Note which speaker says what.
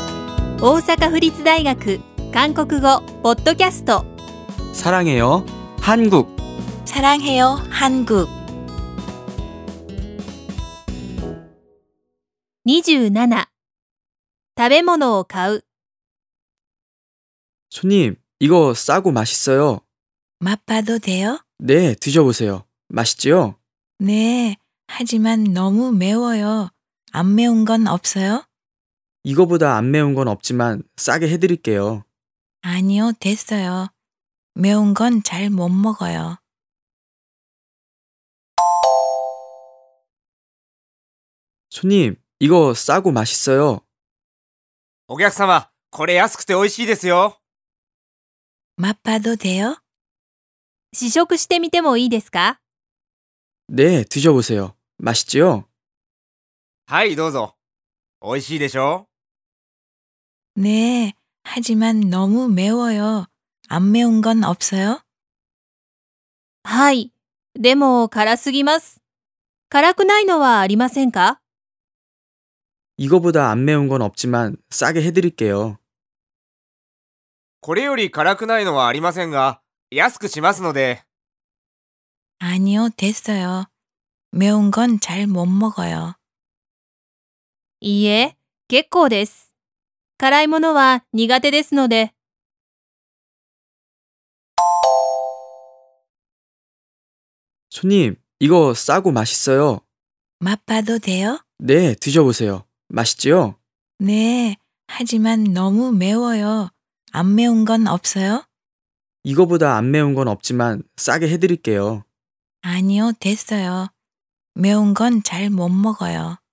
Speaker 1: 大阪府立大学韓国語ポッドキャスト
Speaker 2: 사랑해요. 한국.
Speaker 3: 사랑해요 한국
Speaker 1: 27食べ物を買う
Speaker 2: 손님, 이거 싸고 맛있어요.
Speaker 3: 맛봐도 돼요?
Speaker 2: 네, 드셔보세요. 맛있지요?
Speaker 3: 네 하지만 너무 매워요 안 매운 건 없어요?
Speaker 2: 이거보다 안 매운 건 없지만 싸게 해드릴게요.
Speaker 3: 아니요 됐어요 매운 건 잘 못 먹어요
Speaker 2: 손님, 이거 싸고 맛있어요.
Speaker 4: お客様、これ安くて美味しいですよ。
Speaker 3: 맛봐도 돼요?
Speaker 1: 試食してみてもいいですか
Speaker 2: 네, 드셔보세요. 맛있지요?
Speaker 4: はい、どうぞ。美味しいでしょ
Speaker 3: 네 하지만 너무 매워요 안 매운 건 없어요?
Speaker 1: はい。でも辛すぎます。辛くないのはありませんか
Speaker 2: 이거보다 안 매운 건 없지만 싸게 해드릴게요.
Speaker 4: これより辛くないのはありませんが、安くしますので。
Speaker 3: 아니요 됐어요 매운 건 잘 못 먹어요
Speaker 1: いいえ、結構です。辛いものは苦手ですので。
Speaker 2: 손님, 이거 싸고 맛있어요.
Speaker 3: 맛봐도 돼요?
Speaker 2: 네, 드셔보세요. 맛있지요?
Speaker 3: 네 하지만 너무 매워요 안 매운 건 없어요?
Speaker 2: 이거보다 안 매운 건 없지만 싸게 해드릴게요.
Speaker 3: 아니요, 됐어요. 매운 건 잘 못 먹어요.